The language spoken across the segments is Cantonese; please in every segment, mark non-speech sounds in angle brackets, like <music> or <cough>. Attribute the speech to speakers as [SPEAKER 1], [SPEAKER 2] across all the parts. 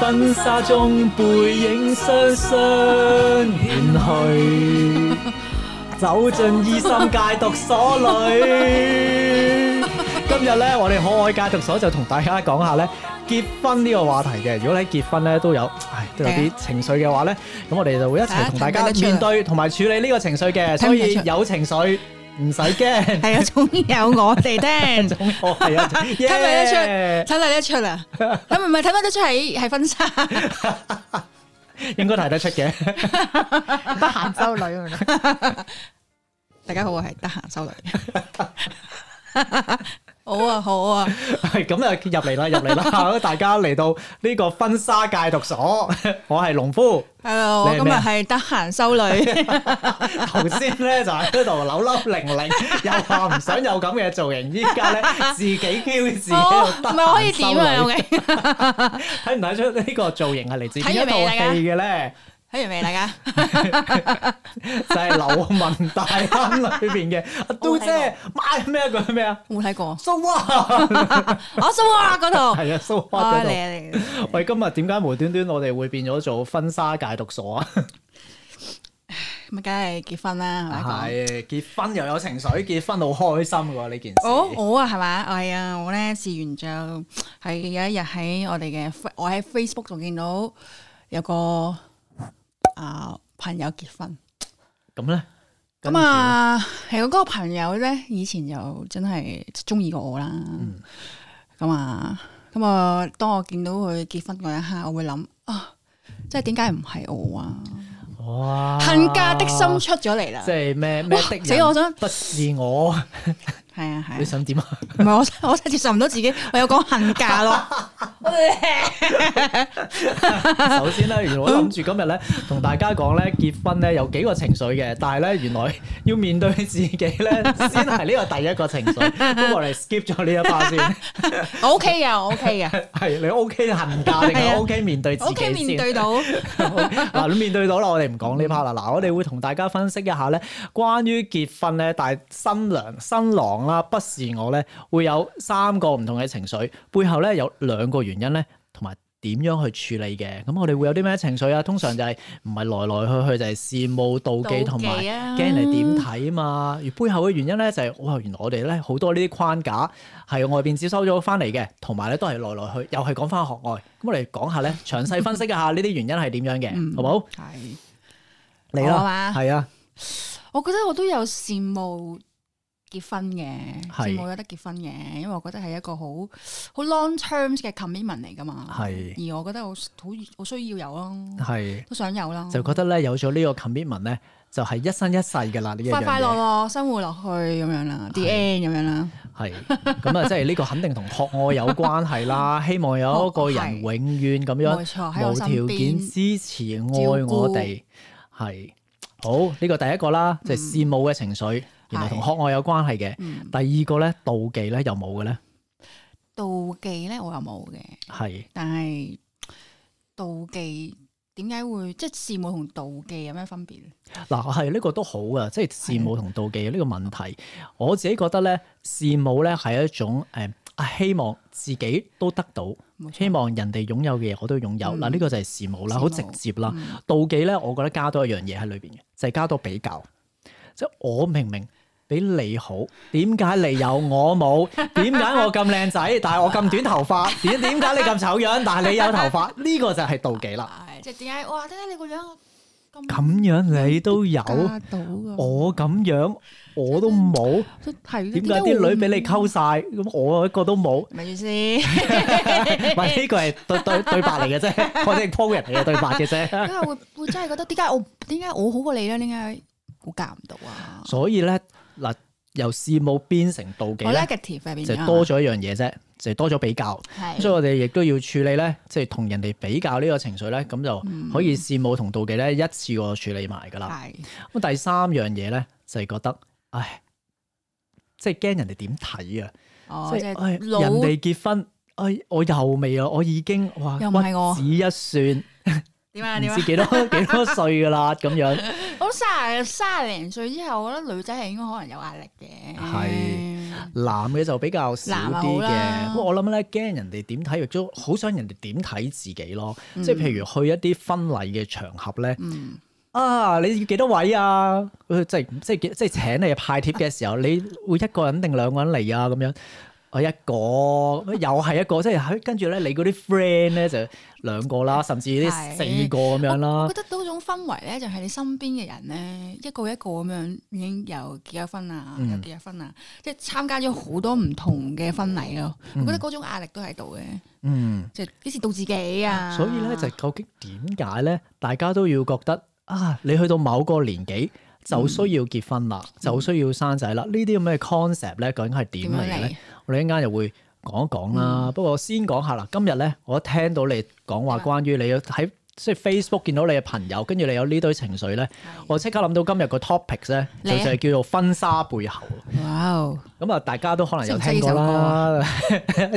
[SPEAKER 1] 婚紗中背影雙雙遠去，走進醫生戒毒所裏。今日咧，我哋可愛戒毒所就同大家講下咧結婚呢個話題嘅。如果你喺結婚咧都有，唉都有啲情緒嘅話咧，咁我哋就會一齊同大
[SPEAKER 2] 係
[SPEAKER 1] 家
[SPEAKER 2] 啊睇得出啊
[SPEAKER 1] 面對同埋處理呢個情緒嘅。所
[SPEAKER 2] 睇唔睇
[SPEAKER 1] 以
[SPEAKER 2] 出
[SPEAKER 1] 有情緒唔使驚。
[SPEAKER 2] 係啊，總有我哋聽，
[SPEAKER 1] 總我係啊，睇
[SPEAKER 2] 睇咪得出，睇咪得出啊？睇咪唔係睇咪得出係係婚紗，
[SPEAKER 1] <laughs> 應該睇得出嘅。
[SPEAKER 2] 得閒修女。大家好，我係得閒修女。好啊，好啊，
[SPEAKER 1] 係 <laughs> 咁啊，入嚟啦，入嚟
[SPEAKER 2] <laughs>
[SPEAKER 1] 啦！大家嚟到呢個婚紗戒毒所， <laughs> 我係農夫。 <laughs>
[SPEAKER 2] 係啦，我
[SPEAKER 1] 你係
[SPEAKER 2] 今日
[SPEAKER 1] 咩啊
[SPEAKER 2] 係得閒修女，
[SPEAKER 1] 頭先咧就喺嗰度扭扭零零， <laughs> 又話唔想有咁嘅造型，依家
[SPEAKER 2] <laughs>
[SPEAKER 1] 咧自己 Q 自己
[SPEAKER 2] 哦
[SPEAKER 1] 喺
[SPEAKER 2] 唔
[SPEAKER 1] 度
[SPEAKER 2] 係可以點啊
[SPEAKER 1] 收
[SPEAKER 2] ？O
[SPEAKER 1] 女
[SPEAKER 2] K，
[SPEAKER 1] 睇唔睇出呢個造型係嚟自邊一
[SPEAKER 2] 睇完未
[SPEAKER 1] 套
[SPEAKER 2] 大家
[SPEAKER 1] 戲嘅
[SPEAKER 2] <laughs>
[SPEAKER 1] 咧？
[SPEAKER 2] 睇完未？大家
[SPEAKER 1] 就係《流民大亨》裏
[SPEAKER 2] <laughs>
[SPEAKER 1] 邊嘅阿嘟姐買咩嗰句咩啊
[SPEAKER 2] 有冇睇過？
[SPEAKER 1] ？So what？
[SPEAKER 2] 我蘇啊嗰度，
[SPEAKER 1] 係啊，So
[SPEAKER 2] 啊
[SPEAKER 1] what 嗰
[SPEAKER 2] 嚟
[SPEAKER 1] 度。
[SPEAKER 2] 啊嚟啊！
[SPEAKER 1] 喂，今日點解無端端我哋會變咗做婚紗戒毒所啊？
[SPEAKER 2] 咁啊，梗係結婚啦，係咪講？
[SPEAKER 1] 係結婚又有情緒，結婚好開心喎呢件事。
[SPEAKER 2] 我我啊係嘛，係啊，我咧試完就係有一日喺我哋嘅 fa- 我喺 Facebook 度見到有個啊朋友結婚，
[SPEAKER 1] 咁咧，跟
[SPEAKER 2] 咁
[SPEAKER 1] 住呢，
[SPEAKER 2] 啊係嗰個朋友咧以前就真係中意過我啦，咁啊咁啊，當我見到佢結婚嗰一刻，我會諗啊，即係點解唔係我啊？
[SPEAKER 1] 哇，
[SPEAKER 2] 恨嫁的心出咗嚟啦，
[SPEAKER 1] 啊即係咩咩的人
[SPEAKER 2] 死我想
[SPEAKER 1] 不是
[SPEAKER 2] <laughs>
[SPEAKER 1] 我，
[SPEAKER 2] 係啊係 <laughs>
[SPEAKER 1] 你
[SPEAKER 2] 啊。
[SPEAKER 1] 想點啊？
[SPEAKER 2] 唔係我，我真係接受唔到自己，我有講恨嫁
[SPEAKER 1] <laughs>
[SPEAKER 2] 咯。
[SPEAKER 1] 首先咧，原來我諗住今日咧同大家講咧，結婚咧有幾個情緒嘅，但係咧原來要面對自己咧，
[SPEAKER 2] <laughs>
[SPEAKER 1] 先係呢個第一個情緒。咁我哋 skip 咗呢一 part 先，
[SPEAKER 2] 我 OK 嘅，我 OK 嘅。
[SPEAKER 1] 係你 OK 恨嫁定
[SPEAKER 2] 係啊
[SPEAKER 1] 係 OK 面對自
[SPEAKER 2] O
[SPEAKER 1] 己
[SPEAKER 2] K
[SPEAKER 1] 先？
[SPEAKER 2] 面對到，
[SPEAKER 1] <laughs> 嗱，你面對到啦，我哋唔講呢 part 啦。嗱，我哋會同大家分析一下咧，關於結婚咧，但係新娘、新郎啦，不是我咧，會有三個唔同嘅情緒，背後咧有兩個原因咧，同埋點樣去處理嘅。咁我哋會有啲咩情緒啊？通常就係唔係來來去去就係羨慕、妒忌同埋。
[SPEAKER 2] 啊
[SPEAKER 1] 驚人哋點睇嘛？而背後嘅原因咧就係、哇，原來我哋咧好多呢啲框架係外邊接收咗翻嚟嘅，同埋咧都係來來去又係講翻學外。咁我哋講下
[SPEAKER 2] <laughs>
[SPEAKER 1] 咧，詳細分析一下呢啲原因係點樣嘅，
[SPEAKER 2] 嗯
[SPEAKER 1] 好唔好？
[SPEAKER 2] 係，
[SPEAKER 1] 你
[SPEAKER 2] 我
[SPEAKER 1] 啦，
[SPEAKER 2] 嘛
[SPEAKER 1] 係啊，
[SPEAKER 2] 我覺得我都有羨慕結婚嘅，
[SPEAKER 1] 係
[SPEAKER 2] 羨慕有得結婚嘅，因為我覺得係一個好好 long terms 嘅 commitment 嚟噶嘛。
[SPEAKER 1] 係
[SPEAKER 2] 而我覺得我好好需要有咯，
[SPEAKER 1] 係
[SPEAKER 2] 都想有咯，
[SPEAKER 1] 就覺得咧有咗呢個 commitment 咧，就係、一生一世嘅啦呢一樣
[SPEAKER 2] 快快樂
[SPEAKER 1] 嘢。
[SPEAKER 2] 樂生活落去咁樣啦，D
[SPEAKER 1] 係
[SPEAKER 2] N 咁樣啦，
[SPEAKER 1] 係咁啊，即係呢個肯定同學愛有關係
[SPEAKER 2] <laughs>
[SPEAKER 1] 啦。希望有一個人永遠咁樣
[SPEAKER 2] 冇錯喺我
[SPEAKER 1] 無
[SPEAKER 2] 身
[SPEAKER 1] 條件
[SPEAKER 2] 邊。
[SPEAKER 1] 支持愛我哋，係好呢、個第一個啦，就係、羨慕嘅情緒，原來同學愛有關係嘅。
[SPEAKER 2] 嗯，
[SPEAKER 1] 第二個咧，妒忌咧又冇嘅咧，
[SPEAKER 2] 妒忌咧我又冇嘅，
[SPEAKER 1] 係
[SPEAKER 2] 但係妒忌點解會即係羨慕同妒忌有咩分別咧？
[SPEAKER 1] 嗱係呢個都好啊，即係羨慕同妒忌呢個問題，我自己覺得咧，羨慕咧係一種誒、啊希望自己都得到，
[SPEAKER 2] 冇錯嗯
[SPEAKER 1] 希望人哋擁有嘅嘢我都擁有。嗱呢、個就係羨慕啦，好
[SPEAKER 2] 羨
[SPEAKER 1] 直
[SPEAKER 2] 慕
[SPEAKER 1] 接啦。
[SPEAKER 2] <laughs> 嗯
[SPEAKER 1] 妒忌咧，我覺得加多一樣嘢喺裏邊嘅，就係、加多比較。即係我明明比你好，點解你有我冇？點解我咁靚仔，但係我咁短頭髮？點點解你咁醜樣，但係你有頭髮？呢、個就係妒忌
[SPEAKER 2] <laughs>
[SPEAKER 1] 啦。
[SPEAKER 2] 係即係點解？哇！點解你個樣咁
[SPEAKER 1] 咁樣你都有，
[SPEAKER 2] 加到㗎？
[SPEAKER 1] 我咁樣我都冇，
[SPEAKER 2] <laughs> 都係
[SPEAKER 1] 點解啲女俾你溝
[SPEAKER 2] 會？
[SPEAKER 1] 晒？咁我一個都冇。
[SPEAKER 2] 咪住先，
[SPEAKER 1] 唔係呢個係對對對白嚟嘅啫，我哋 program 嚟嘅對白嘅啫。
[SPEAKER 2] 因為
[SPEAKER 1] <laughs>
[SPEAKER 2] 會會真係覺得點解我點解我好過你咧？點解我夾唔到啊？
[SPEAKER 1] 所以咧嗱，由羨慕變成妒忌
[SPEAKER 2] 我
[SPEAKER 1] 咧。
[SPEAKER 2] negative 入邊
[SPEAKER 1] 就係多咗一樣嘢啫，就係多咗比較。咁所以
[SPEAKER 2] 係
[SPEAKER 1] 我哋亦都要處理咧，即係同人哋比較呢個情緒咧，咁
[SPEAKER 2] 嗯
[SPEAKER 1] 就可以羨慕同妒忌咧一次過處理埋噶啦。
[SPEAKER 2] 係
[SPEAKER 1] 咁第三樣嘢咧就係覺得，唉，即係驚人哋點睇啊！
[SPEAKER 2] 哦，
[SPEAKER 1] 即
[SPEAKER 2] 即
[SPEAKER 1] 係唉哎
[SPEAKER 2] 係老
[SPEAKER 1] 人哋結婚，唉，我又未啊，我已經哇
[SPEAKER 2] 又唔係我
[SPEAKER 1] 屈指一算，
[SPEAKER 2] 點啊
[SPEAKER 1] 唔
[SPEAKER 2] 點啊
[SPEAKER 1] 知，
[SPEAKER 2] <laughs>
[SPEAKER 1] 幾多幾多歲噶啦咁樣。
[SPEAKER 2] 咁卅卅零歲之後，我覺得女仔係應該可能有壓力嘅。
[SPEAKER 1] 係男嘅就比較少
[SPEAKER 2] 男
[SPEAKER 1] 啲
[SPEAKER 2] 啊好
[SPEAKER 1] 嘅，
[SPEAKER 2] 啦
[SPEAKER 1] 咁我諗咧驚人哋點睇，亦都好想人哋點睇自己咯。即係譬如去一啲婚禮嘅場合咧，
[SPEAKER 2] 嗯，
[SPEAKER 1] 啊你要幾多位啊？佢即係即係即係請你派帖嘅時候，你會一個人定兩個人嚟啊？咁樣。我一個，又係一個，即係喺跟住咧，你嗰啲 friend 咧就兩個啦，甚至啲
[SPEAKER 2] 係
[SPEAKER 1] 四個咁樣啦
[SPEAKER 2] 我覺。得嗰種氛圍咧，就係你身邊嘅人咧，一個一個咁樣已經有結咗婚啊，
[SPEAKER 1] 嗯
[SPEAKER 2] 有結咗婚啊，即係參加咗好多唔同嘅婚禮咯。我覺得嗰種壓力都喺度嘅，
[SPEAKER 1] 嗯，
[SPEAKER 2] 即係幾時到自己啊？
[SPEAKER 1] 所以咧就究竟點解咧，大家都要覺得啊，你去到某個年紀就需要結婚
[SPEAKER 2] 嗯
[SPEAKER 1] 啦，就需要生仔啦，呢啲咁嘅 concept 咧，究竟係點
[SPEAKER 2] 點
[SPEAKER 1] 嚟
[SPEAKER 2] 樣
[SPEAKER 1] 嘅咧
[SPEAKER 2] 嚟？？嗯
[SPEAKER 1] 我哋一陣間又會講一講啦。不過先講下啦，今日咧我聽到你講話關於你喺即係 Facebook 見到你嘅朋友，跟住你有呢堆情緒咧，我即刻諗到今日個 topics 咧，就
[SPEAKER 2] 嚟啊
[SPEAKER 1] 就係叫做婚紗背後。
[SPEAKER 2] 哇哦！
[SPEAKER 1] 咁啊，大家都可能有
[SPEAKER 2] 識唔識
[SPEAKER 1] 聽過
[SPEAKER 2] 呢首歌啊
[SPEAKER 1] 啦，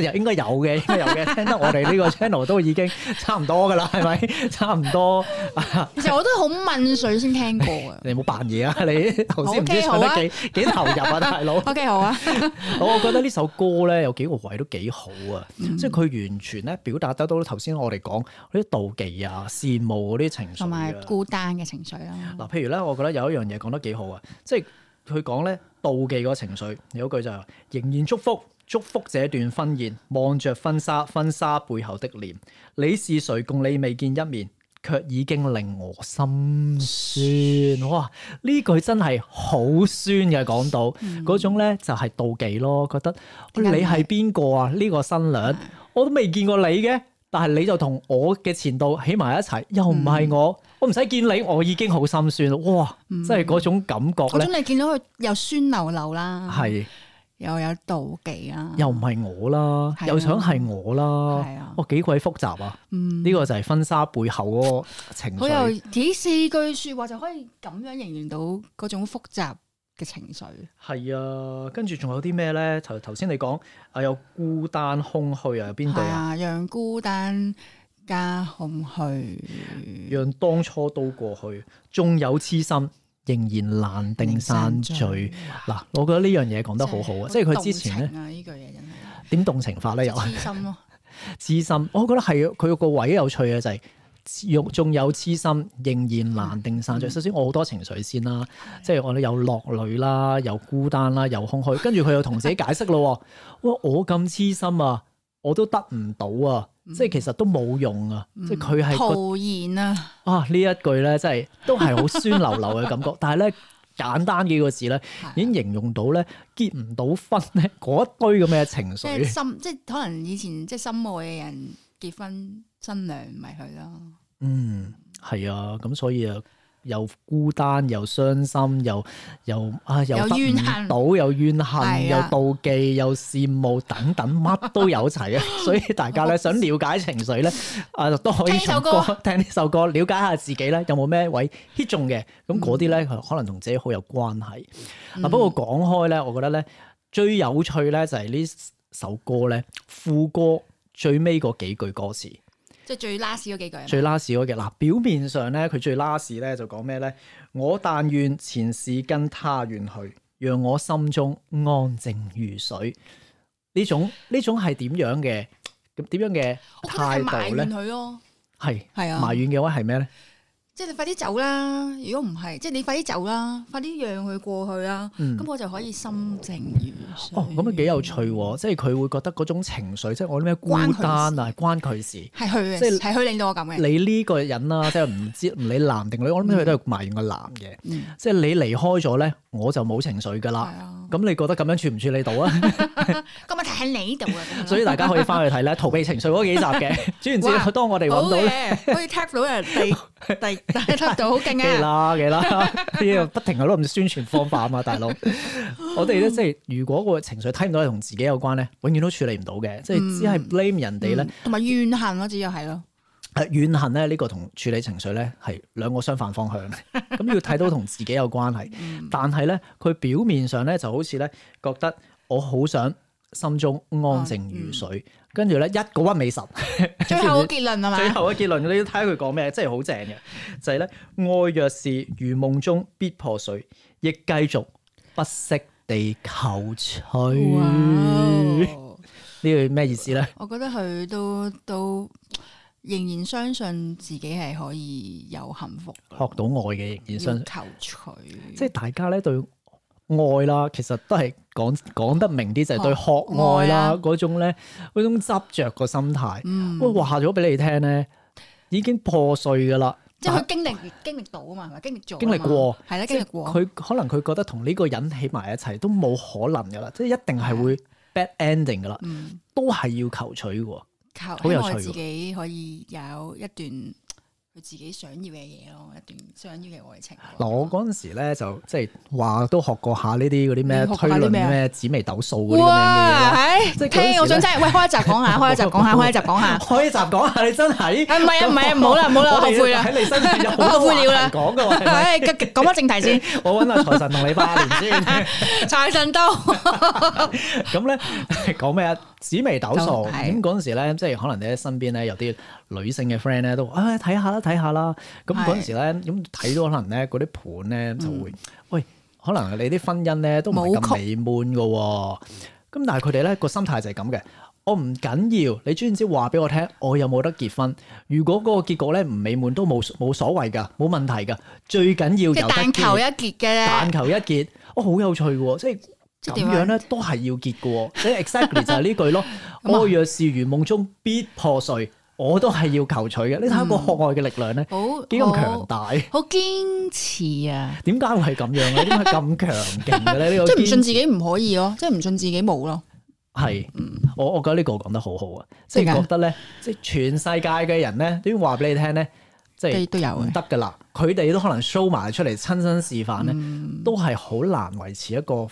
[SPEAKER 1] <laughs> 又應該有嘅，應該有嘅。聽得我哋呢個 channel 都已經 <laughs> 差唔多噶啦，係咪？ <laughs> 差唔多。
[SPEAKER 2] 其實我都好問水先聽過
[SPEAKER 1] <laughs>。
[SPEAKER 2] 啊
[SPEAKER 1] 你冇扮嘢啊！
[SPEAKER 2] <laughs>
[SPEAKER 1] 你頭先唔知
[SPEAKER 2] OK，
[SPEAKER 1] 唱得
[SPEAKER 2] 好啊
[SPEAKER 1] 幾幾投入啊，大
[SPEAKER 2] <laughs>
[SPEAKER 1] 佬。
[SPEAKER 2] O K 好啊，
[SPEAKER 1] 我覺得呢首歌咧有幾個位都幾好啊，
[SPEAKER 2] 嗯
[SPEAKER 1] 即係佢完全咧表達得到頭先我哋講嗰啲妒忌啊、羨慕嗰啲情緒
[SPEAKER 2] 同埋
[SPEAKER 1] 啊。
[SPEAKER 2] 孤單嘅情緒啊啦。
[SPEAKER 1] 嗱，譬如咧，我覺得有一樣嘢講得幾好啊，即係佢講咧妒忌個情緒有一句就係、仍然祝福。祝福這段婚宴，望着婚紗，婚紗背後的臉，你是誰？共你未見一面，卻已經令我心酸。哇！呢句真係好酸嘅，講到嗰、種咧就係妒忌咯，覺得
[SPEAKER 2] 嗯點解唔係
[SPEAKER 1] 你係邊個啊？呢、個新娘
[SPEAKER 2] 嗯
[SPEAKER 1] 我都未見過你嘅，但係你就同我嘅前度起埋一齊，又唔係我，
[SPEAKER 2] 嗯
[SPEAKER 1] 我唔使見你，我已經好心酸啦！哇，即係嗰種感覺
[SPEAKER 2] 嗰
[SPEAKER 1] 咧，
[SPEAKER 2] 種你見到佢又酸溜溜啦，
[SPEAKER 1] 係
[SPEAKER 2] 又有妒忌啦，
[SPEAKER 1] 又唔係我啦，
[SPEAKER 2] 係啊
[SPEAKER 1] 又想係我啦
[SPEAKER 2] 係啊，
[SPEAKER 1] 哇幾鬼複雜啊！
[SPEAKER 2] 嗯
[SPEAKER 1] 呢個就係婚紗背後嗰個情
[SPEAKER 2] 好有
[SPEAKER 1] 緒，
[SPEAKER 2] 幾四句説話就可以咁樣形容到嗰種複雜嘅情緒。
[SPEAKER 1] 係啊，跟住仲有啲咩咧？頭頭先你講啊，有孤單空虛啊，有邊句
[SPEAKER 2] 係
[SPEAKER 1] 啊？
[SPEAKER 2] 啊，讓孤單加空虛，
[SPEAKER 1] 讓當初都過去，縱有痴心，仍然難定散聚。嗱，我覺得呢樣嘢講得好好啊啊，即係佢之前咧
[SPEAKER 2] 咧，呢句嘢真係
[SPEAKER 1] 點動情法咧，又係
[SPEAKER 2] 痴心咯，
[SPEAKER 1] 痴心，我覺得係佢個位有趣嘅就係、用仲有痴心，仍然難定散聚。首先，我好多情緒先啦，即係我哋有落淚啦，有孤單啦，有空虛。跟住佢又同自己解釋咯 <laughs> 喎，哇！我咁痴心啊，我都得唔到啊，即係其實都冇用啊，即係 <laughs> 佢係個
[SPEAKER 2] 徒然啊，
[SPEAKER 1] 啊呢一句咧，真係都係好酸溜溜嘅感覺。 <laughs> 但係咧，簡單幾個字咧，已經形容到咧結唔到婚咧嗰一堆咁嘅情
[SPEAKER 2] 即係
[SPEAKER 1] 緒。
[SPEAKER 2] 心，即係可能以前即係心愛嘅人結婚，新娘咪佢咯。
[SPEAKER 1] 嗯，係啊，咁所以啊。又孤單，又傷心，又又啊，又
[SPEAKER 2] 有
[SPEAKER 1] 得
[SPEAKER 2] 怨
[SPEAKER 1] 唔
[SPEAKER 2] 恨
[SPEAKER 1] 到，又怨恨，
[SPEAKER 2] 係
[SPEAKER 1] 又
[SPEAKER 2] 啊
[SPEAKER 1] 妒忌，又羨慕，等等， <laughs> 乜都有齊
[SPEAKER 2] <laughs>
[SPEAKER 1] 啊！所以大家咧想了解情緒咧，啊都可以
[SPEAKER 2] 聽呢首
[SPEAKER 1] 從
[SPEAKER 2] 歌
[SPEAKER 1] 歌 <laughs> 聽呢首歌，了解下自己咧有冇咩位 hit 中嘅，
[SPEAKER 2] 嗯
[SPEAKER 1] 咁嗰啲咧可能同自己好有關係。嗱，不過講開咧，我覺得咧最有趣咧就係呢首歌咧副歌最尾嗰幾句歌詞，
[SPEAKER 2] 即係最 last 嗰幾句啊嘛。
[SPEAKER 1] 最 last 嗰嘅嗱，表面上咧佢最 last 咧就講咩咧？我但願前事跟他遠去，讓我心中安靜如水。呢種呢種係點樣嘅？呃咁點樣嘅
[SPEAKER 2] 我覺得係
[SPEAKER 1] 態
[SPEAKER 2] 埋
[SPEAKER 1] 度
[SPEAKER 2] 怨啊
[SPEAKER 1] 咧？
[SPEAKER 2] 佢咯，
[SPEAKER 1] 係
[SPEAKER 2] 係啊，
[SPEAKER 1] 埋怨嘅話係咩咧？
[SPEAKER 2] 即係你快啲走啦！如果唔係，即係你快啲走啦，快啲讓佢過去啦，
[SPEAKER 1] 嗯
[SPEAKER 2] 咁、我就可以心靜如水。
[SPEAKER 1] 哦，咁啊幾有趣喎！即係佢會覺得嗰種情緒，即係我啲咩孤
[SPEAKER 2] 關佢事
[SPEAKER 1] 單啊，關佢事。
[SPEAKER 2] 係佢嘅，
[SPEAKER 1] 即係
[SPEAKER 2] 係佢令到我咁嘅。
[SPEAKER 1] 你呢個人啦，即係唔知 <laughs> 唔理男定女，我諗佢都係埋怨個男嘅。
[SPEAKER 2] 嗯
[SPEAKER 1] 即係你離開咗咧，我就冇情緒噶
[SPEAKER 2] 係
[SPEAKER 1] 啦。
[SPEAKER 2] 啊，
[SPEAKER 1] 咁你覺得咁樣處唔處理到啊？
[SPEAKER 2] <laughs> 個問題喺你度啊！咁樣
[SPEAKER 1] <laughs> 所以大家可以翻去睇咧，逃避情緒嗰幾集
[SPEAKER 2] <laughs>
[SPEAKER 1] 嘅。總言
[SPEAKER 2] 哇
[SPEAKER 1] 之，當我哋
[SPEAKER 2] 好啊
[SPEAKER 1] 揾到咧，
[SPEAKER 2] 嘅，可以 tap 到人
[SPEAKER 1] <laughs>
[SPEAKER 2] 哋，第第 tap 到好
[SPEAKER 1] 記
[SPEAKER 2] 勁啊！
[SPEAKER 1] 啦記啦， <laughs> 呢個不停喺度咁宣傳方法啊嘛，大
[SPEAKER 2] <laughs>
[SPEAKER 1] 佬。我哋
[SPEAKER 2] 哦
[SPEAKER 1] 咧即係如果個情緒睇唔到係同自己有關咧，永遠都處理唔到嘅，即係只係 blame 人哋咧。
[SPEAKER 2] 嗯同埋怨恨咯，只有係
[SPEAKER 1] <laughs>
[SPEAKER 2] 咯，
[SPEAKER 1] 誒怨恨咧，呢個同處理情緒咧係兩個相反方向，
[SPEAKER 2] <laughs>
[SPEAKER 1] 咁要睇到同自己
[SPEAKER 2] 嗯
[SPEAKER 1] 有關係。但係咧，佢表面上咧就好似咧覺得我好想心中安靜如
[SPEAKER 2] 哦
[SPEAKER 1] 水。
[SPEAKER 2] 嗯
[SPEAKER 1] 跟住咧一個屈美神，
[SPEAKER 2] 最後嘅結論係
[SPEAKER 1] 最
[SPEAKER 2] 嘛？
[SPEAKER 1] 後嘅結論，你要睇下佢講咩，真係好正嘅，就係、咧愛若是如夢中必破碎，亦繼續不惜地求取。呢
[SPEAKER 2] 哇！
[SPEAKER 1] 句咩意思咧？
[SPEAKER 2] 我覺得佢都都仍然相信自己係可以有幸福咯，
[SPEAKER 1] 學到愛嘅仍然相信，
[SPEAKER 2] 要求取，
[SPEAKER 1] 即係大家咧對愛啦，其實都係講講得明啲，就係、對學愛
[SPEAKER 2] 愛
[SPEAKER 1] 啦
[SPEAKER 2] 啊
[SPEAKER 1] 嗰種咧，嗰種執着個心態。
[SPEAKER 2] 嗯，
[SPEAKER 1] 喂，話咗俾你聽咧，已經破碎噶啦。
[SPEAKER 2] 即係佢經歷經歷到啊嘛，係咪經歷咗，
[SPEAKER 1] 經歷過，
[SPEAKER 2] 係啦，
[SPEAKER 1] 即
[SPEAKER 2] 經
[SPEAKER 1] 係
[SPEAKER 2] 歷過，
[SPEAKER 1] 佢可能佢覺得同呢個人起埋一齊都冇可能噶啦，即係一定係會
[SPEAKER 2] 啊
[SPEAKER 1] bad ending 噶啦，
[SPEAKER 2] 嗯，
[SPEAKER 1] 都係要求取嘅喎。
[SPEAKER 2] 靠，
[SPEAKER 1] 好
[SPEAKER 2] 希
[SPEAKER 1] 有
[SPEAKER 2] 望
[SPEAKER 1] 趣喎
[SPEAKER 2] 自己可以有一段佢自己想要嘅嘢咯，一段想要嘅愛情。
[SPEAKER 1] 嗱，我嗰陣時咧就即係話都學過下呢啲嗰啲咩
[SPEAKER 2] 你
[SPEAKER 1] 推
[SPEAKER 2] 學過下啲
[SPEAKER 1] 論
[SPEAKER 2] 咩啊
[SPEAKER 1] 咩紫微斗數嗰啲咁樣嘅嘢 <laughs>
[SPEAKER 2] 哇，
[SPEAKER 1] 啦。
[SPEAKER 2] 唉
[SPEAKER 1] 即係嗰時咧
[SPEAKER 2] 聽我想真係，喂，開一集
[SPEAKER 1] <laughs>
[SPEAKER 2] 講下，開一集講下，開一集講下。
[SPEAKER 1] 開一集講下你真係，
[SPEAKER 2] 啊，唔係啊，唔係啊，唔好啦，唔好啦，我後
[SPEAKER 1] 哋
[SPEAKER 2] 悔
[SPEAKER 1] <laughs>
[SPEAKER 2] <laughs> 啦，
[SPEAKER 1] 喺你身上有好
[SPEAKER 2] 我
[SPEAKER 1] 多
[SPEAKER 2] 後
[SPEAKER 1] 話
[SPEAKER 2] 悔了啦
[SPEAKER 1] 題講嘅喎係咪，
[SPEAKER 2] 唉，講翻正題
[SPEAKER 1] <laughs>
[SPEAKER 2] 先，
[SPEAKER 1] 我揾阿財神同你拜年先。
[SPEAKER 2] 財神到。
[SPEAKER 1] <laughs> 咁咧講咩啊？紫微斗數
[SPEAKER 2] 就係
[SPEAKER 1] 咁嗰陣時咧，即係可能你喺身邊咧有啲女性嘅 friend 咧都話啊睇下啦睇下啦。咁
[SPEAKER 2] 係
[SPEAKER 1] 嗰陣時咧咁睇到可能咧嗰啲盤咧就會、喂，可能你啲婚姻咧都唔係咁
[SPEAKER 2] 冇曲
[SPEAKER 1] 美滿嘅喎。咁但係佢哋咧個心態就係咁嘅。我唔緊要，你總言之話俾我聽，我有冇得結婚？如果嗰個結果咧唔美滿都冇冇所謂㗎，冇問題㗎。最緊要有
[SPEAKER 2] 即
[SPEAKER 1] 得
[SPEAKER 2] 係但
[SPEAKER 1] 結
[SPEAKER 2] 求一結嘅
[SPEAKER 1] 但，求一結，哦，好有趣喎！即係
[SPEAKER 2] 即
[SPEAKER 1] 咁
[SPEAKER 2] 係點啊
[SPEAKER 1] 樣咧，都係要結嘅喎。即係 exactly 就係呢句咯。愛
[SPEAKER 2] <laughs> 咁啊
[SPEAKER 1] 若是如夢中必破碎，我都係要求取嘅。你睇
[SPEAKER 2] 嗯
[SPEAKER 1] 下個學愛嘅力量咧，
[SPEAKER 2] 好
[SPEAKER 1] 幾咁強
[SPEAKER 2] 好
[SPEAKER 1] 大？
[SPEAKER 2] 好堅持啊！
[SPEAKER 1] 點解會係咁樣咧？點解咁強勁嘅咧？呢
[SPEAKER 2] 即
[SPEAKER 1] 個
[SPEAKER 2] 係唔信
[SPEAKER 1] 堅
[SPEAKER 2] 自己唔可以咯，即係唔信自己冇咯。
[SPEAKER 1] 係我，我覺得呢個講得好好啊！即
[SPEAKER 2] 嗯點
[SPEAKER 1] 係
[SPEAKER 2] 解
[SPEAKER 1] 覺得咧，即係全世界嘅人咧，都要話俾你聽咧，即
[SPEAKER 2] 都
[SPEAKER 1] 係
[SPEAKER 2] 都有
[SPEAKER 1] 唔
[SPEAKER 2] 嘅，
[SPEAKER 1] 得㗎啦。佢哋都可能 show 埋出嚟，親身示範咧。
[SPEAKER 2] 嗯
[SPEAKER 1] 都係好難維持一個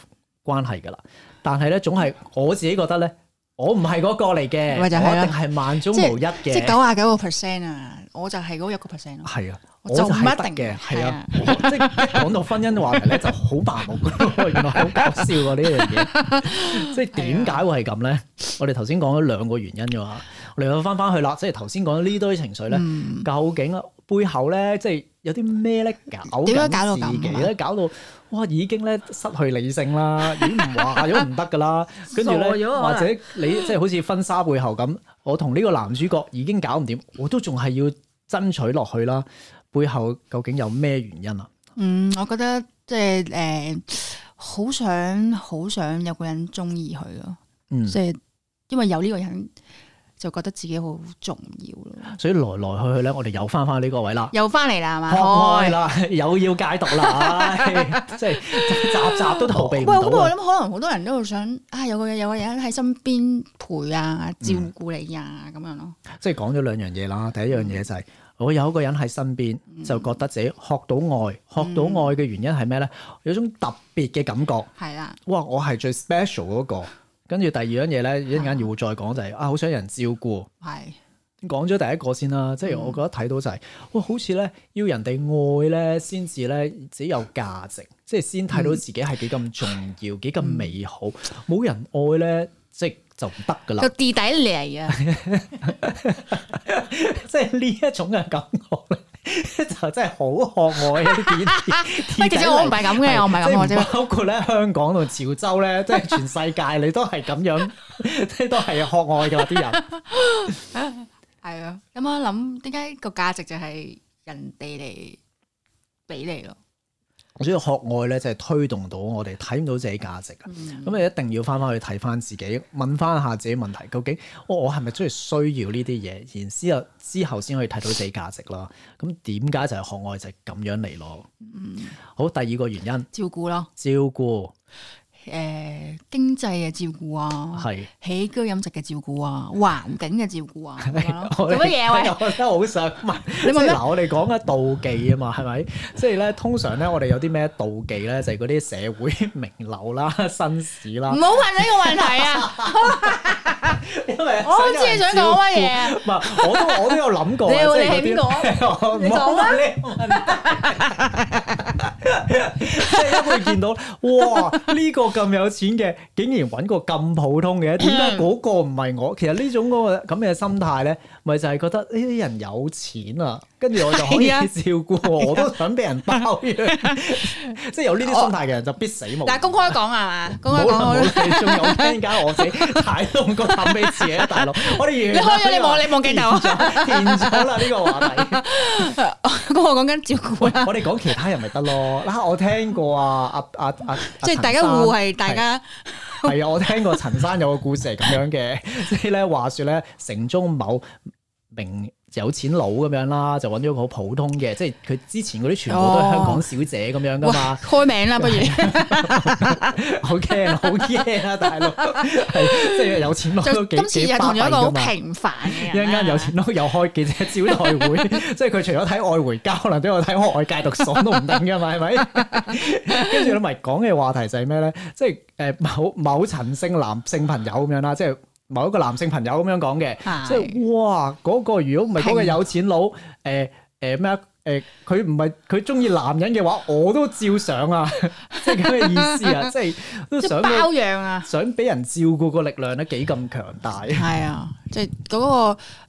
[SPEAKER 1] 關係噶啦。但係咧，總係我自己覺得咧，我唔係嗰個嚟嘅，
[SPEAKER 2] 咪就係啦
[SPEAKER 1] 我一定係萬中無一
[SPEAKER 2] 即係
[SPEAKER 1] 嘅。
[SPEAKER 2] 九啊九個 percent 啊！我就係嗰一個 percent 咯，
[SPEAKER 1] 係啊，我
[SPEAKER 2] 我就唔
[SPEAKER 1] 係得
[SPEAKER 2] 一定
[SPEAKER 1] 嘅，係啊。即係講到婚姻嘅話題咧，就好麻木㗎 <laughs> 原來好搞笑喎呢樣嘢。
[SPEAKER 2] <laughs>
[SPEAKER 1] 即係點解會係咁咧？
[SPEAKER 2] 啊
[SPEAKER 1] 我哋頭先講咗兩個原因嘅嘛，我哋又翻翻去啦。即係頭先講咗呢堆情緒咧，
[SPEAKER 2] 嗯
[SPEAKER 1] 究竟啊背後咧，即係有啲咩咧搞
[SPEAKER 2] 點樣
[SPEAKER 1] 緊
[SPEAKER 2] 搞到
[SPEAKER 1] 自己
[SPEAKER 2] 咁啊
[SPEAKER 1] 咧？搞到哇已經咧失去理
[SPEAKER 2] <laughs>
[SPEAKER 1] 性啦，已經唔話咗唔得噶啦，跟住
[SPEAKER 2] 傻
[SPEAKER 1] 咧
[SPEAKER 2] 咗
[SPEAKER 1] 或
[SPEAKER 2] 可能
[SPEAKER 1] 者你即係好似婚紗背後咁，我同呢個男主角已經搞唔掂，我都仲係要爭取落去啦。背後究竟有咩原因啊？
[SPEAKER 2] 嗯，我覺得即係誒，好、想好想有個人中意佢咯，
[SPEAKER 1] 嗯，
[SPEAKER 2] 即係因為有呢個人就覺得自己好重要咯。
[SPEAKER 1] 所以來來去去咧，我哋又翻翻呢個位啦。
[SPEAKER 2] 又翻嚟啦，係嘛？
[SPEAKER 1] 學愛
[SPEAKER 2] 啊
[SPEAKER 1] <laughs> 啦，又要戒毒啦，唉即係集集都逃避唔
[SPEAKER 2] 喂，咁
[SPEAKER 1] 到
[SPEAKER 2] 我
[SPEAKER 1] 啊！
[SPEAKER 2] 諗可能好多人都想啊，有個有個人喺身邊陪啊，照顧你啊，咁樣咯。
[SPEAKER 1] 即係講咗兩樣嘢啦。第一樣嘢就係、我有一個人喺身邊，就覺得自己學到愛，學到愛嘅原因係咩咧？有種特別嘅感覺，
[SPEAKER 2] 係啦，
[SPEAKER 1] 哇！我係最 special 嗰、個。跟住第二樣嘢咧，一陣間要再講就係、啊，好想有人照顧。
[SPEAKER 2] 係
[SPEAKER 1] 講咗第一個先啦，即係我覺得睇到就係、哇，好似咧要人哋愛咧，先至咧自己有價值，即係先睇到自己係幾咁重要、幾咁美好。冇人愛咧，即係就唔得噶啦
[SPEAKER 2] 個。地底嚟 <laughs> 啊，
[SPEAKER 1] 即係呢一種嘅感覺咧， <laughs> 就真係好學我嘅呢
[SPEAKER 2] <laughs>
[SPEAKER 1] 件
[SPEAKER 2] 喂，其實我唔係咁嘅，我唔係咁嘅我
[SPEAKER 1] 即
[SPEAKER 2] 啫。
[SPEAKER 1] 係包括咧香港同潮州咧，即係全世界你都係咁樣， <laughs> 即係都係學愛嘅話啲
[SPEAKER 2] <laughs>
[SPEAKER 1] 人。
[SPEAKER 2] 係啊，咁我諗點解個價值就係人哋嚟俾你咯？
[SPEAKER 1] 所以學愛咧，就係推動到我哋睇唔到自己價值啊。
[SPEAKER 2] 嗯
[SPEAKER 1] 咁你一定要翻翻去睇翻自己，問翻下自己問題，究竟我我係咪真係需要呢啲嘢？然之後之後先可以睇到自己價值啦。咁點解就係學愛就係咁樣嚟咯？
[SPEAKER 2] 嗯
[SPEAKER 1] 好，第二個原因
[SPEAKER 2] 照顧咯，
[SPEAKER 1] 照顧
[SPEAKER 2] 誒、呃經濟嘅照顧啊，
[SPEAKER 1] 係。
[SPEAKER 2] 起居飲食嘅照顧啊，環境嘅照顧
[SPEAKER 1] <laughs>
[SPEAKER 2] 啊，咁樣咯
[SPEAKER 1] 我
[SPEAKER 2] 做
[SPEAKER 1] 哋
[SPEAKER 2] 乜嘢喂？
[SPEAKER 1] 我真係好啊想問，
[SPEAKER 2] 你
[SPEAKER 1] 即
[SPEAKER 2] 問
[SPEAKER 1] 係
[SPEAKER 2] 咩
[SPEAKER 1] 嗱，我哋講嘅妒忌啊嘛，係咪？即係咧，通常咧，我哋有啲咩妒忌咧，就係嗰啲社會名流啦、 <laughs> 紳士啦
[SPEAKER 2] 唔，好問呢個問題啊！
[SPEAKER 1] <laughs> 因為
[SPEAKER 2] 我好知你想講乜嘢啊
[SPEAKER 1] 唔係，我都我都有諗過啊，
[SPEAKER 2] 你
[SPEAKER 1] 即
[SPEAKER 2] 要
[SPEAKER 1] 係嗰啲
[SPEAKER 2] 你係邊個
[SPEAKER 1] 我唔好
[SPEAKER 2] 你講啊
[SPEAKER 1] 問呢個問題即係一會見到，哇！呢、個咁有錢嘅，竟然揾個咁普通嘅，點解嗰個唔係我？其實呢種嗰個咁嘅心態咧，咪就係覺得呢啲人有錢啊，跟住我就可以
[SPEAKER 2] 係啊
[SPEAKER 1] 照顧我，我都想俾人包
[SPEAKER 2] <laughs>
[SPEAKER 1] 養。即係有呢啲心態嘅人就必死無疑。
[SPEAKER 2] 嗱，公開講啊嘛，公
[SPEAKER 1] 冇
[SPEAKER 2] 開
[SPEAKER 1] 啦
[SPEAKER 2] 講
[SPEAKER 1] 冇
[SPEAKER 2] 我，
[SPEAKER 1] 啦，你仲有
[SPEAKER 2] <laughs>
[SPEAKER 1] 聽緊我自己睇到個氹俾自己啊，大佬！我哋
[SPEAKER 2] 你
[SPEAKER 1] 完啦
[SPEAKER 2] 開咗你望你望鏡頭啊，
[SPEAKER 1] <laughs> 完咗啦呢個話題。
[SPEAKER 2] <laughs> 公開講緊照顧啊啦，
[SPEAKER 1] 我哋講其他人咪得咯。嗱，我聽過啊，阿阿阿
[SPEAKER 2] 即係大家互係大家
[SPEAKER 1] 係啊，我聽過陳生有個故事係咁樣嘅， <laughs> 即係咧話説咧，城中某名有錢佬咁樣啦，就揾咗個好普通嘅，即係佢之前嗰啲全部都係香港小姐咁樣噶
[SPEAKER 2] 哇
[SPEAKER 1] 嘛。
[SPEAKER 2] 開名
[SPEAKER 1] <laughs>
[SPEAKER 2] 啦，不如
[SPEAKER 1] 好驚好驚啊，
[SPEAKER 2] <laughs>
[SPEAKER 1] 大佬！係即係有錢佬都
[SPEAKER 2] 就
[SPEAKER 1] 幾
[SPEAKER 2] 今次
[SPEAKER 1] 幾
[SPEAKER 2] 又同
[SPEAKER 1] 巴閉
[SPEAKER 2] 咗一個好
[SPEAKER 1] 㗎嘛。
[SPEAKER 2] 平凡 <laughs> 嘅
[SPEAKER 1] 一陣
[SPEAKER 2] 人啊啦
[SPEAKER 1] 間有錢佬又開記者招
[SPEAKER 2] <laughs>
[SPEAKER 1] 待會，即係佢除咗睇外回交，可能都有睇外界讀爽都唔定噶嘛，
[SPEAKER 2] <laughs>
[SPEAKER 1] 係咪？跟住咧，咪講嘅話題就係咩咧？即係誒某某陳姓男性朋友咁樣啦，即係某一個男性朋友咁樣講嘅，
[SPEAKER 2] 係
[SPEAKER 1] 即係哇嗰、個如果唔係嗰個有錢佬誒誒咩啊？誒佢唔係佢中意男人嘅話，我都照上啊！ <laughs> 即係咁嘅意思啊！即係都
[SPEAKER 2] 即係
[SPEAKER 1] 想
[SPEAKER 2] <laughs> 包
[SPEAKER 1] 佢
[SPEAKER 2] 養啊，
[SPEAKER 1] <laughs> 想俾人照顧個力量咧，幾咁強大啊！
[SPEAKER 2] 係啊，即係嗰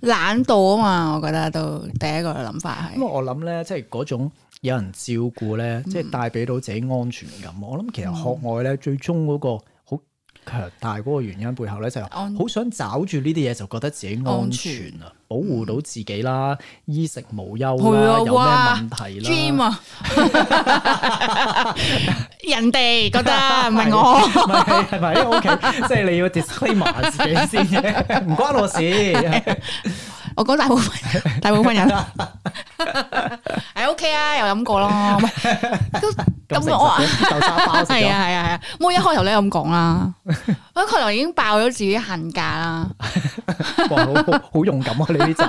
[SPEAKER 2] 個懶惰啊嘛，我覺得都第一個諗法
[SPEAKER 1] 因為
[SPEAKER 2] 係
[SPEAKER 1] 我諗咧，即係嗰種有人照顧
[SPEAKER 2] 嗯
[SPEAKER 1] 咧，即係帶俾到自己安全感。我諗其實學愛咧，最終嗰個好強大嗰個原因背後咧，就係
[SPEAKER 2] 安
[SPEAKER 1] 好想找住呢啲嘢，就覺得自己安全啊，保護到自己啦，衣食無憂
[SPEAKER 2] 嗯係
[SPEAKER 1] 啦，
[SPEAKER 2] 啊
[SPEAKER 1] 有咩
[SPEAKER 2] 哇
[SPEAKER 1] 問題
[SPEAKER 2] dream
[SPEAKER 1] 啦。
[SPEAKER 2] 啊，人
[SPEAKER 1] <laughs>
[SPEAKER 2] 哋覺得唔係我。
[SPEAKER 1] <laughs> 係咪係咪？OK，即
[SPEAKER 2] <laughs>
[SPEAKER 1] 係你要 disclaimer 自己先嘅，唔關
[SPEAKER 2] <laughs>
[SPEAKER 1] 我事。
[SPEAKER 2] 我講大部分 <laughs> 大部
[SPEAKER 1] <laughs>
[SPEAKER 2] 分人係 OK 啊，有飲過咯，唔係都
[SPEAKER 1] 咁
[SPEAKER 2] 咁我啊，
[SPEAKER 1] 食咗豆沙包食
[SPEAKER 2] 係
[SPEAKER 1] 咗，
[SPEAKER 2] 啊係啊係啊，我一開頭咧咁講啦，我一開頭已經爆咗自己限價啦，
[SPEAKER 1] 哇，好好好勇敢啊！你呢集。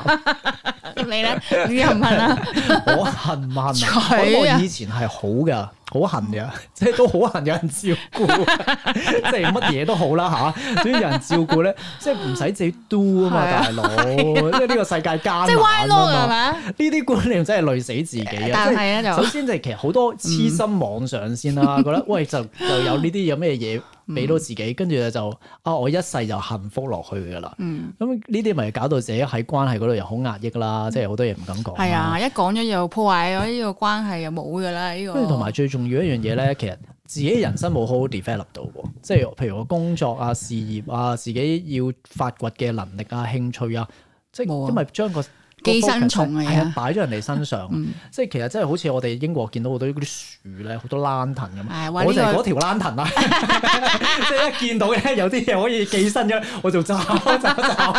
[SPEAKER 2] 咁你咧你恨唔
[SPEAKER 1] <laughs>
[SPEAKER 2] 恨啊？ <laughs>
[SPEAKER 1] 我恨唔恨
[SPEAKER 2] 取
[SPEAKER 1] 啊
[SPEAKER 2] 啊？
[SPEAKER 1] 我覺得我以前係好噶，好恨嘅， <laughs> 即係都好恨有人照顧，啊 <laughs> 即係乜嘢都好啦吓，總之有人照顧咧，即係唔使自己 do 啊嘛，
[SPEAKER 2] 係啊
[SPEAKER 1] 大佬，
[SPEAKER 2] <laughs>
[SPEAKER 1] 即係呢個世界
[SPEAKER 2] 即係
[SPEAKER 1] 艱
[SPEAKER 2] why
[SPEAKER 1] 難
[SPEAKER 2] not
[SPEAKER 1] 啊嘛。
[SPEAKER 2] 係咪？
[SPEAKER 1] 呢啲觀念真係累死自己啊！
[SPEAKER 2] 但係咧
[SPEAKER 1] 即係
[SPEAKER 2] 就嗯
[SPEAKER 1] 首先就係其實好多痴心妄想先啦，
[SPEAKER 2] <laughs>
[SPEAKER 1] 覺得喂就就有呢啲有咩嘢俾到自己，跟住咧就啊我一世就幸福落去㗎啦。
[SPEAKER 2] 嗯，
[SPEAKER 1] 咁呢啲咪搞到自己喺關係嗰度又好壓抑啦，即係好多嘢唔敢講。
[SPEAKER 2] 係啊，一講咗又破壞咗呢個關係又冇噶啦呢
[SPEAKER 1] 跟
[SPEAKER 2] 個，
[SPEAKER 1] 住同埋最重要一樣嘢咧，其實自己人生冇好好 develop 到喎，即係譬如我工作啊、事業啊、自己要發掘嘅能力啊、興趣啊，即
[SPEAKER 2] 冇
[SPEAKER 1] 係
[SPEAKER 2] 啊
[SPEAKER 1] 因為將個
[SPEAKER 2] 寄生蟲
[SPEAKER 1] 個
[SPEAKER 2] 嚟
[SPEAKER 1] focus
[SPEAKER 2] 啊嗯
[SPEAKER 1] 係擺咗人哋身上，啊即係其實真係好似我哋英國見到好多嗰啲樹咧，好多蘭藤咁
[SPEAKER 2] 唉
[SPEAKER 1] 啊，
[SPEAKER 2] 哇
[SPEAKER 1] 我就係
[SPEAKER 2] 呢個
[SPEAKER 1] 嗰條蘭藤
[SPEAKER 2] <laughs>
[SPEAKER 1] 啊，即係一見到咧有啲嘢可以寄生咗，我就走走走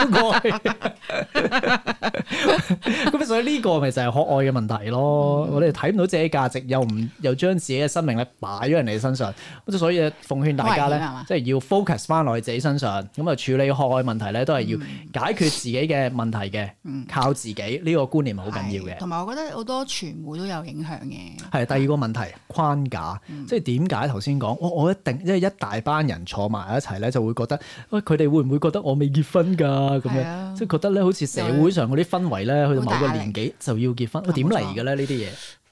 [SPEAKER 1] 過去。咁所以呢個咪就係學愛嘅問題咯。
[SPEAKER 2] 嗯
[SPEAKER 1] 我哋睇唔到自己價值，又唔又將自己嘅生命咧擺咗人哋身上，咁所以奉勸大家咧
[SPEAKER 2] 好危險啊係嘛，
[SPEAKER 1] 即係要 focus 翻落去自己身上，咁啊處理學愛問題咧都係
[SPEAKER 2] 嗯
[SPEAKER 1] 要解決自己嘅問題嘅，靠自己呢個觀念係好緊要
[SPEAKER 2] 係
[SPEAKER 1] 嘅。
[SPEAKER 2] 同埋我覺得好多傳媒都有影響嘅。
[SPEAKER 1] 係第二個問題框架，
[SPEAKER 2] 嗯
[SPEAKER 1] 即係點解頭先講，我我一定即係一大班人坐埋一齊咧，就會覺得喂佢哋會唔會覺得我未結婚㗎咁
[SPEAKER 2] 係
[SPEAKER 1] 樣，
[SPEAKER 2] 啊
[SPEAKER 1] 即係覺得咧好似社會上嗰啲氛圍咧，去到某個
[SPEAKER 2] 好大壓力
[SPEAKER 1] 年紀就要結婚，喂點嚟嘅咧呢啲嘢？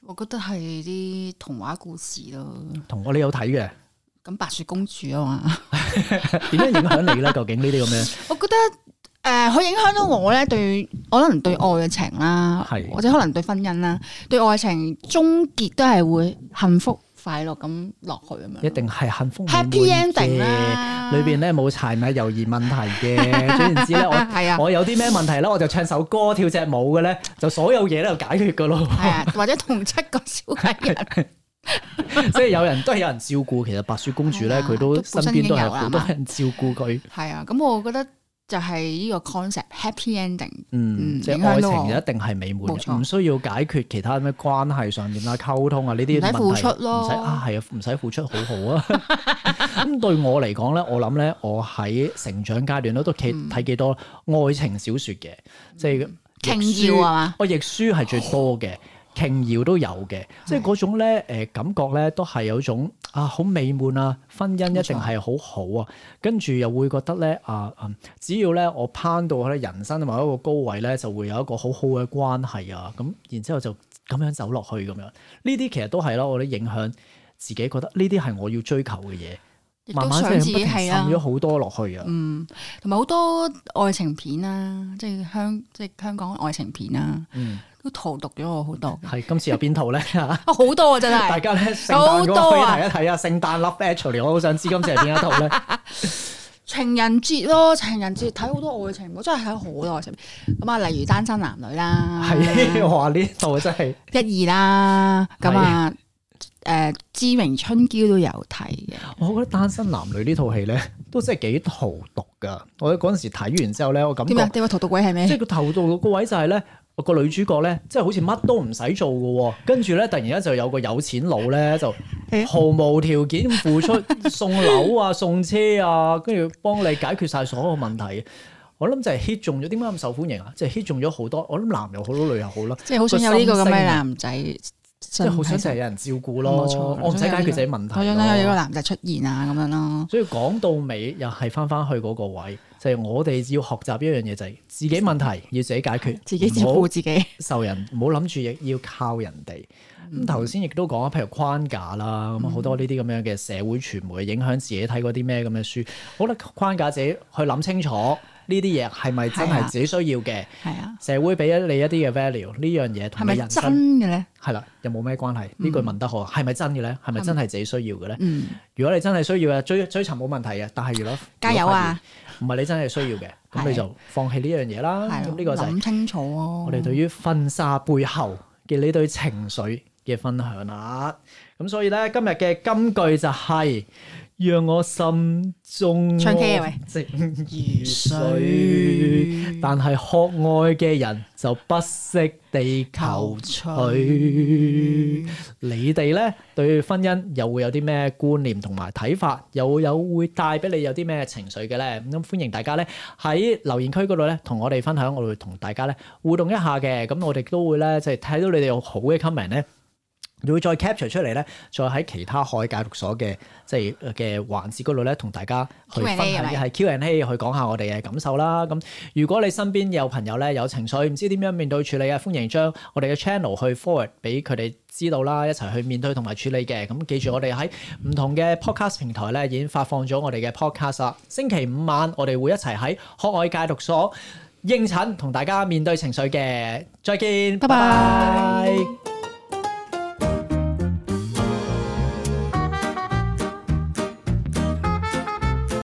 [SPEAKER 2] 我覺得係啲童話故事咯，
[SPEAKER 1] 同我你有睇
[SPEAKER 2] <laughs>
[SPEAKER 1] 嘅，
[SPEAKER 2] 咁白雪公主啊嘛，
[SPEAKER 1] 點樣影響你咧？究竟呢啲咁樣
[SPEAKER 2] <laughs> 我覺得誒，佢、影響到我咧對，我可能對愛情啦，
[SPEAKER 1] 係
[SPEAKER 2] 或者可能對婚姻啦，對愛情終結都係會幸福快樂咁落去咁
[SPEAKER 1] 一
[SPEAKER 2] 樣
[SPEAKER 1] 定係幸福美滿
[SPEAKER 2] ，happy
[SPEAKER 1] 嘅，
[SPEAKER 2] ending 啦，
[SPEAKER 1] 裏邊咧冇柴米油鹽問題
[SPEAKER 2] <laughs>
[SPEAKER 1] 嘅。總言之咧，我
[SPEAKER 2] 係啊。
[SPEAKER 1] 我有啲咩問題咧，我就唱首歌跳隻舞嘅咧，就所有嘢咧就解決㗎咯。
[SPEAKER 2] 係啊，或者同七個小矮
[SPEAKER 1] <laughs>
[SPEAKER 2] 人，
[SPEAKER 1] 即係有人都係有人照顧，其實白雪公主咧，
[SPEAKER 2] 係啊
[SPEAKER 1] 佢都
[SPEAKER 2] 都
[SPEAKER 1] 身
[SPEAKER 2] 本身
[SPEAKER 1] 邊都
[SPEAKER 2] 已經
[SPEAKER 1] 係
[SPEAKER 2] 有啦
[SPEAKER 1] 好多人照顧佢。
[SPEAKER 2] 係啊，咁我覺得就係呢個 concept happy ending，
[SPEAKER 1] 嗯，
[SPEAKER 2] 嗯
[SPEAKER 1] 即係
[SPEAKER 2] 影響
[SPEAKER 1] 愛
[SPEAKER 2] 到我
[SPEAKER 1] 情就一定係美滿
[SPEAKER 2] 冇
[SPEAKER 1] 嘅，
[SPEAKER 2] 錯
[SPEAKER 1] 唔需要解決其他咩關係上面啦、溝通啊呢啲
[SPEAKER 2] 唔使
[SPEAKER 1] 問
[SPEAKER 2] 付
[SPEAKER 1] 題
[SPEAKER 2] 出咯
[SPEAKER 1] 唔使啊，係啊，唔使付出，好好
[SPEAKER 2] <laughs>
[SPEAKER 1] 啊。咁對我嚟講咧，我諗咧，我喺成長階段咧都
[SPEAKER 2] 嗯
[SPEAKER 1] 睇睇幾多愛情小説嘅，即係
[SPEAKER 2] 瓊
[SPEAKER 1] 亦
[SPEAKER 2] 瑤
[SPEAKER 1] 舒
[SPEAKER 2] 啊嘛
[SPEAKER 1] 我亦舒係最多
[SPEAKER 2] 哦
[SPEAKER 1] 嘅。瓊瑤都有嘅，即係嗰種咧誒、感覺咧，都係有種啊好美滿啊，婚姻一定係好好啊，跟住又會覺得咧啊、嗯只要咧我攀到咧人生某一個高位咧，就會有一個好好嘅關係啊，咁然之後就咁樣走落去咁樣。呢啲其實都係咯，我哋影響自己覺得呢啲係我要追求嘅嘢，
[SPEAKER 2] 亦
[SPEAKER 1] 慢
[SPEAKER 2] 都
[SPEAKER 1] 慢即
[SPEAKER 2] 想
[SPEAKER 1] 係
[SPEAKER 2] 自
[SPEAKER 1] 不停
[SPEAKER 2] 己係啊
[SPEAKER 1] 滲咗。好多落去啊。
[SPEAKER 2] 嗯，同埋好多愛情片啊，即係香即係香港愛情片啊，
[SPEAKER 1] 嗯，
[SPEAKER 2] 都荼毒咗我好多嘅，
[SPEAKER 1] 係今次有邊套咧？
[SPEAKER 2] 啊好多啊真
[SPEAKER 1] 大
[SPEAKER 2] 係，
[SPEAKER 1] 家咧聖誕嗰
[SPEAKER 2] 好
[SPEAKER 1] 個
[SPEAKER 2] 多
[SPEAKER 1] 可以
[SPEAKER 2] 啊
[SPEAKER 1] 睇一睇啊！聖誕 Love Actually，我好想知今次係邊一套
[SPEAKER 2] <laughs>
[SPEAKER 1] 咧？
[SPEAKER 2] 情人節咯，情人節睇好多愛情，我真係睇好多愛情片咁啊，例如單身男女啦，
[SPEAKER 1] 係我話呢套真係
[SPEAKER 2] 一二啦，咁啊，诶，志明春嬌都有睇嘅，
[SPEAKER 1] 我覺得《單身男女》呢套戲咧，都真係幾荼毒噶。我嗰陣時睇完之後咧，我感
[SPEAKER 2] 點啊
[SPEAKER 1] 覺？
[SPEAKER 2] 你話荼毒鬼係
[SPEAKER 1] 即係
[SPEAKER 2] 咩？
[SPEAKER 1] 個頭度個位就係咧，個女主角咧，即係好似乜都唔使做嘅喎。跟住咧，突然間就有個有錢佬咧，就
[SPEAKER 2] 係啊
[SPEAKER 1] 毫無條件咁付
[SPEAKER 2] <laughs>
[SPEAKER 1] 出送樓啊、送車啊，跟住幫你解決晒所有問題。我諗就係 hit 中咗，點解咁受歡迎啊？即係 hit 中咗好多，我諗男又好，女又好啦，
[SPEAKER 2] 即係好想有呢個
[SPEAKER 1] 個
[SPEAKER 2] 咁
[SPEAKER 1] 心
[SPEAKER 2] 嘅
[SPEAKER 1] 聲啊
[SPEAKER 2] 男仔，即
[SPEAKER 1] 即係好想就係有人照顧
[SPEAKER 2] 冇錯
[SPEAKER 1] 咯，我唔使解決自己問題
[SPEAKER 2] 我想有呢個
[SPEAKER 1] 咯。
[SPEAKER 2] 男仔出現啊，咁樣咯。
[SPEAKER 1] 所以講到尾又係翻翻去嗰個位，就係、我哋要學習一樣嘢，就係、自己問題要自己解決，
[SPEAKER 2] 嗯自己照
[SPEAKER 1] 唔好
[SPEAKER 2] 顧自己，
[SPEAKER 1] 受人唔好諗住亦要靠人哋。
[SPEAKER 2] 嗯
[SPEAKER 1] 咁頭先亦都講啊，譬如框架啦，咁好多呢啲咁樣嘅社會傳媒影響自己睇嗰啲咩咁嘅書，好啦，框架自己去諗清楚呢啲嘢係咪真係
[SPEAKER 2] 係啊
[SPEAKER 1] 自己需要嘅？
[SPEAKER 2] 係啊，
[SPEAKER 1] 社會俾咗你一啲嘅 value 呢樣嘢
[SPEAKER 2] 係
[SPEAKER 1] 同
[SPEAKER 2] 咪
[SPEAKER 1] 你
[SPEAKER 2] 真
[SPEAKER 1] 人生
[SPEAKER 2] 嘅咧？
[SPEAKER 1] 係啦，有冇咩關係？呢句問得好，係咪真嘅咧？係咪真係自己需要嘅咧？
[SPEAKER 2] 嗯，
[SPEAKER 1] 如果你真係需要嘅，追追尋冇問題嘅，但係如果
[SPEAKER 2] <laughs> 加油啊！
[SPEAKER 1] 如果發現唔係你真係需要嘅，咁你
[SPEAKER 2] 係
[SPEAKER 1] 就放棄呢樣嘢啦。
[SPEAKER 2] 係
[SPEAKER 1] 咁
[SPEAKER 2] 咯，
[SPEAKER 1] 呢個就係
[SPEAKER 2] 啊諗清楚啊咯。
[SPEAKER 1] 我哋對於婚紗背後嘅呢對情緒嘅分享啦。咁所以咧，今日嘅金句就係、讓我心中
[SPEAKER 2] 唱 K 啊喂
[SPEAKER 1] 靜如水，但係學愛嘅人就不惜地求取。你哋咧對婚姻又會有啲咩觀念同埋睇法，又有會帶俾你有啲咩情緒嘅咧？咁歡迎大家咧喺留言區嗰度咧同我哋分享，我會同大家咧互動一下嘅。咁我哋都會咧即係睇到你哋有好嘅 comment 咧。會再 capture 出嚟咧，再喺其他海戒毒所嘅即係呃嘅環節嗰度咧，同大家去分
[SPEAKER 2] Q&A
[SPEAKER 1] 享一
[SPEAKER 2] 係
[SPEAKER 1] 係 Q&A 去講下我哋嘅感受啦。咁如果你身邊有朋友咧有情緒，唔知點樣面對處理啊，歡迎將我哋嘅 channel 去 forward 俾佢哋知道啦，一齊去面對同埋處理嘅。咁記住我哋喺唔同嘅 podcast 平台咧已經發放咗我哋嘅 podcast 啦。星期五晚我哋會一齊喺學愛戒毒所應診，同大家面對情緒嘅。再見，
[SPEAKER 2] 拜拜
[SPEAKER 1] 拜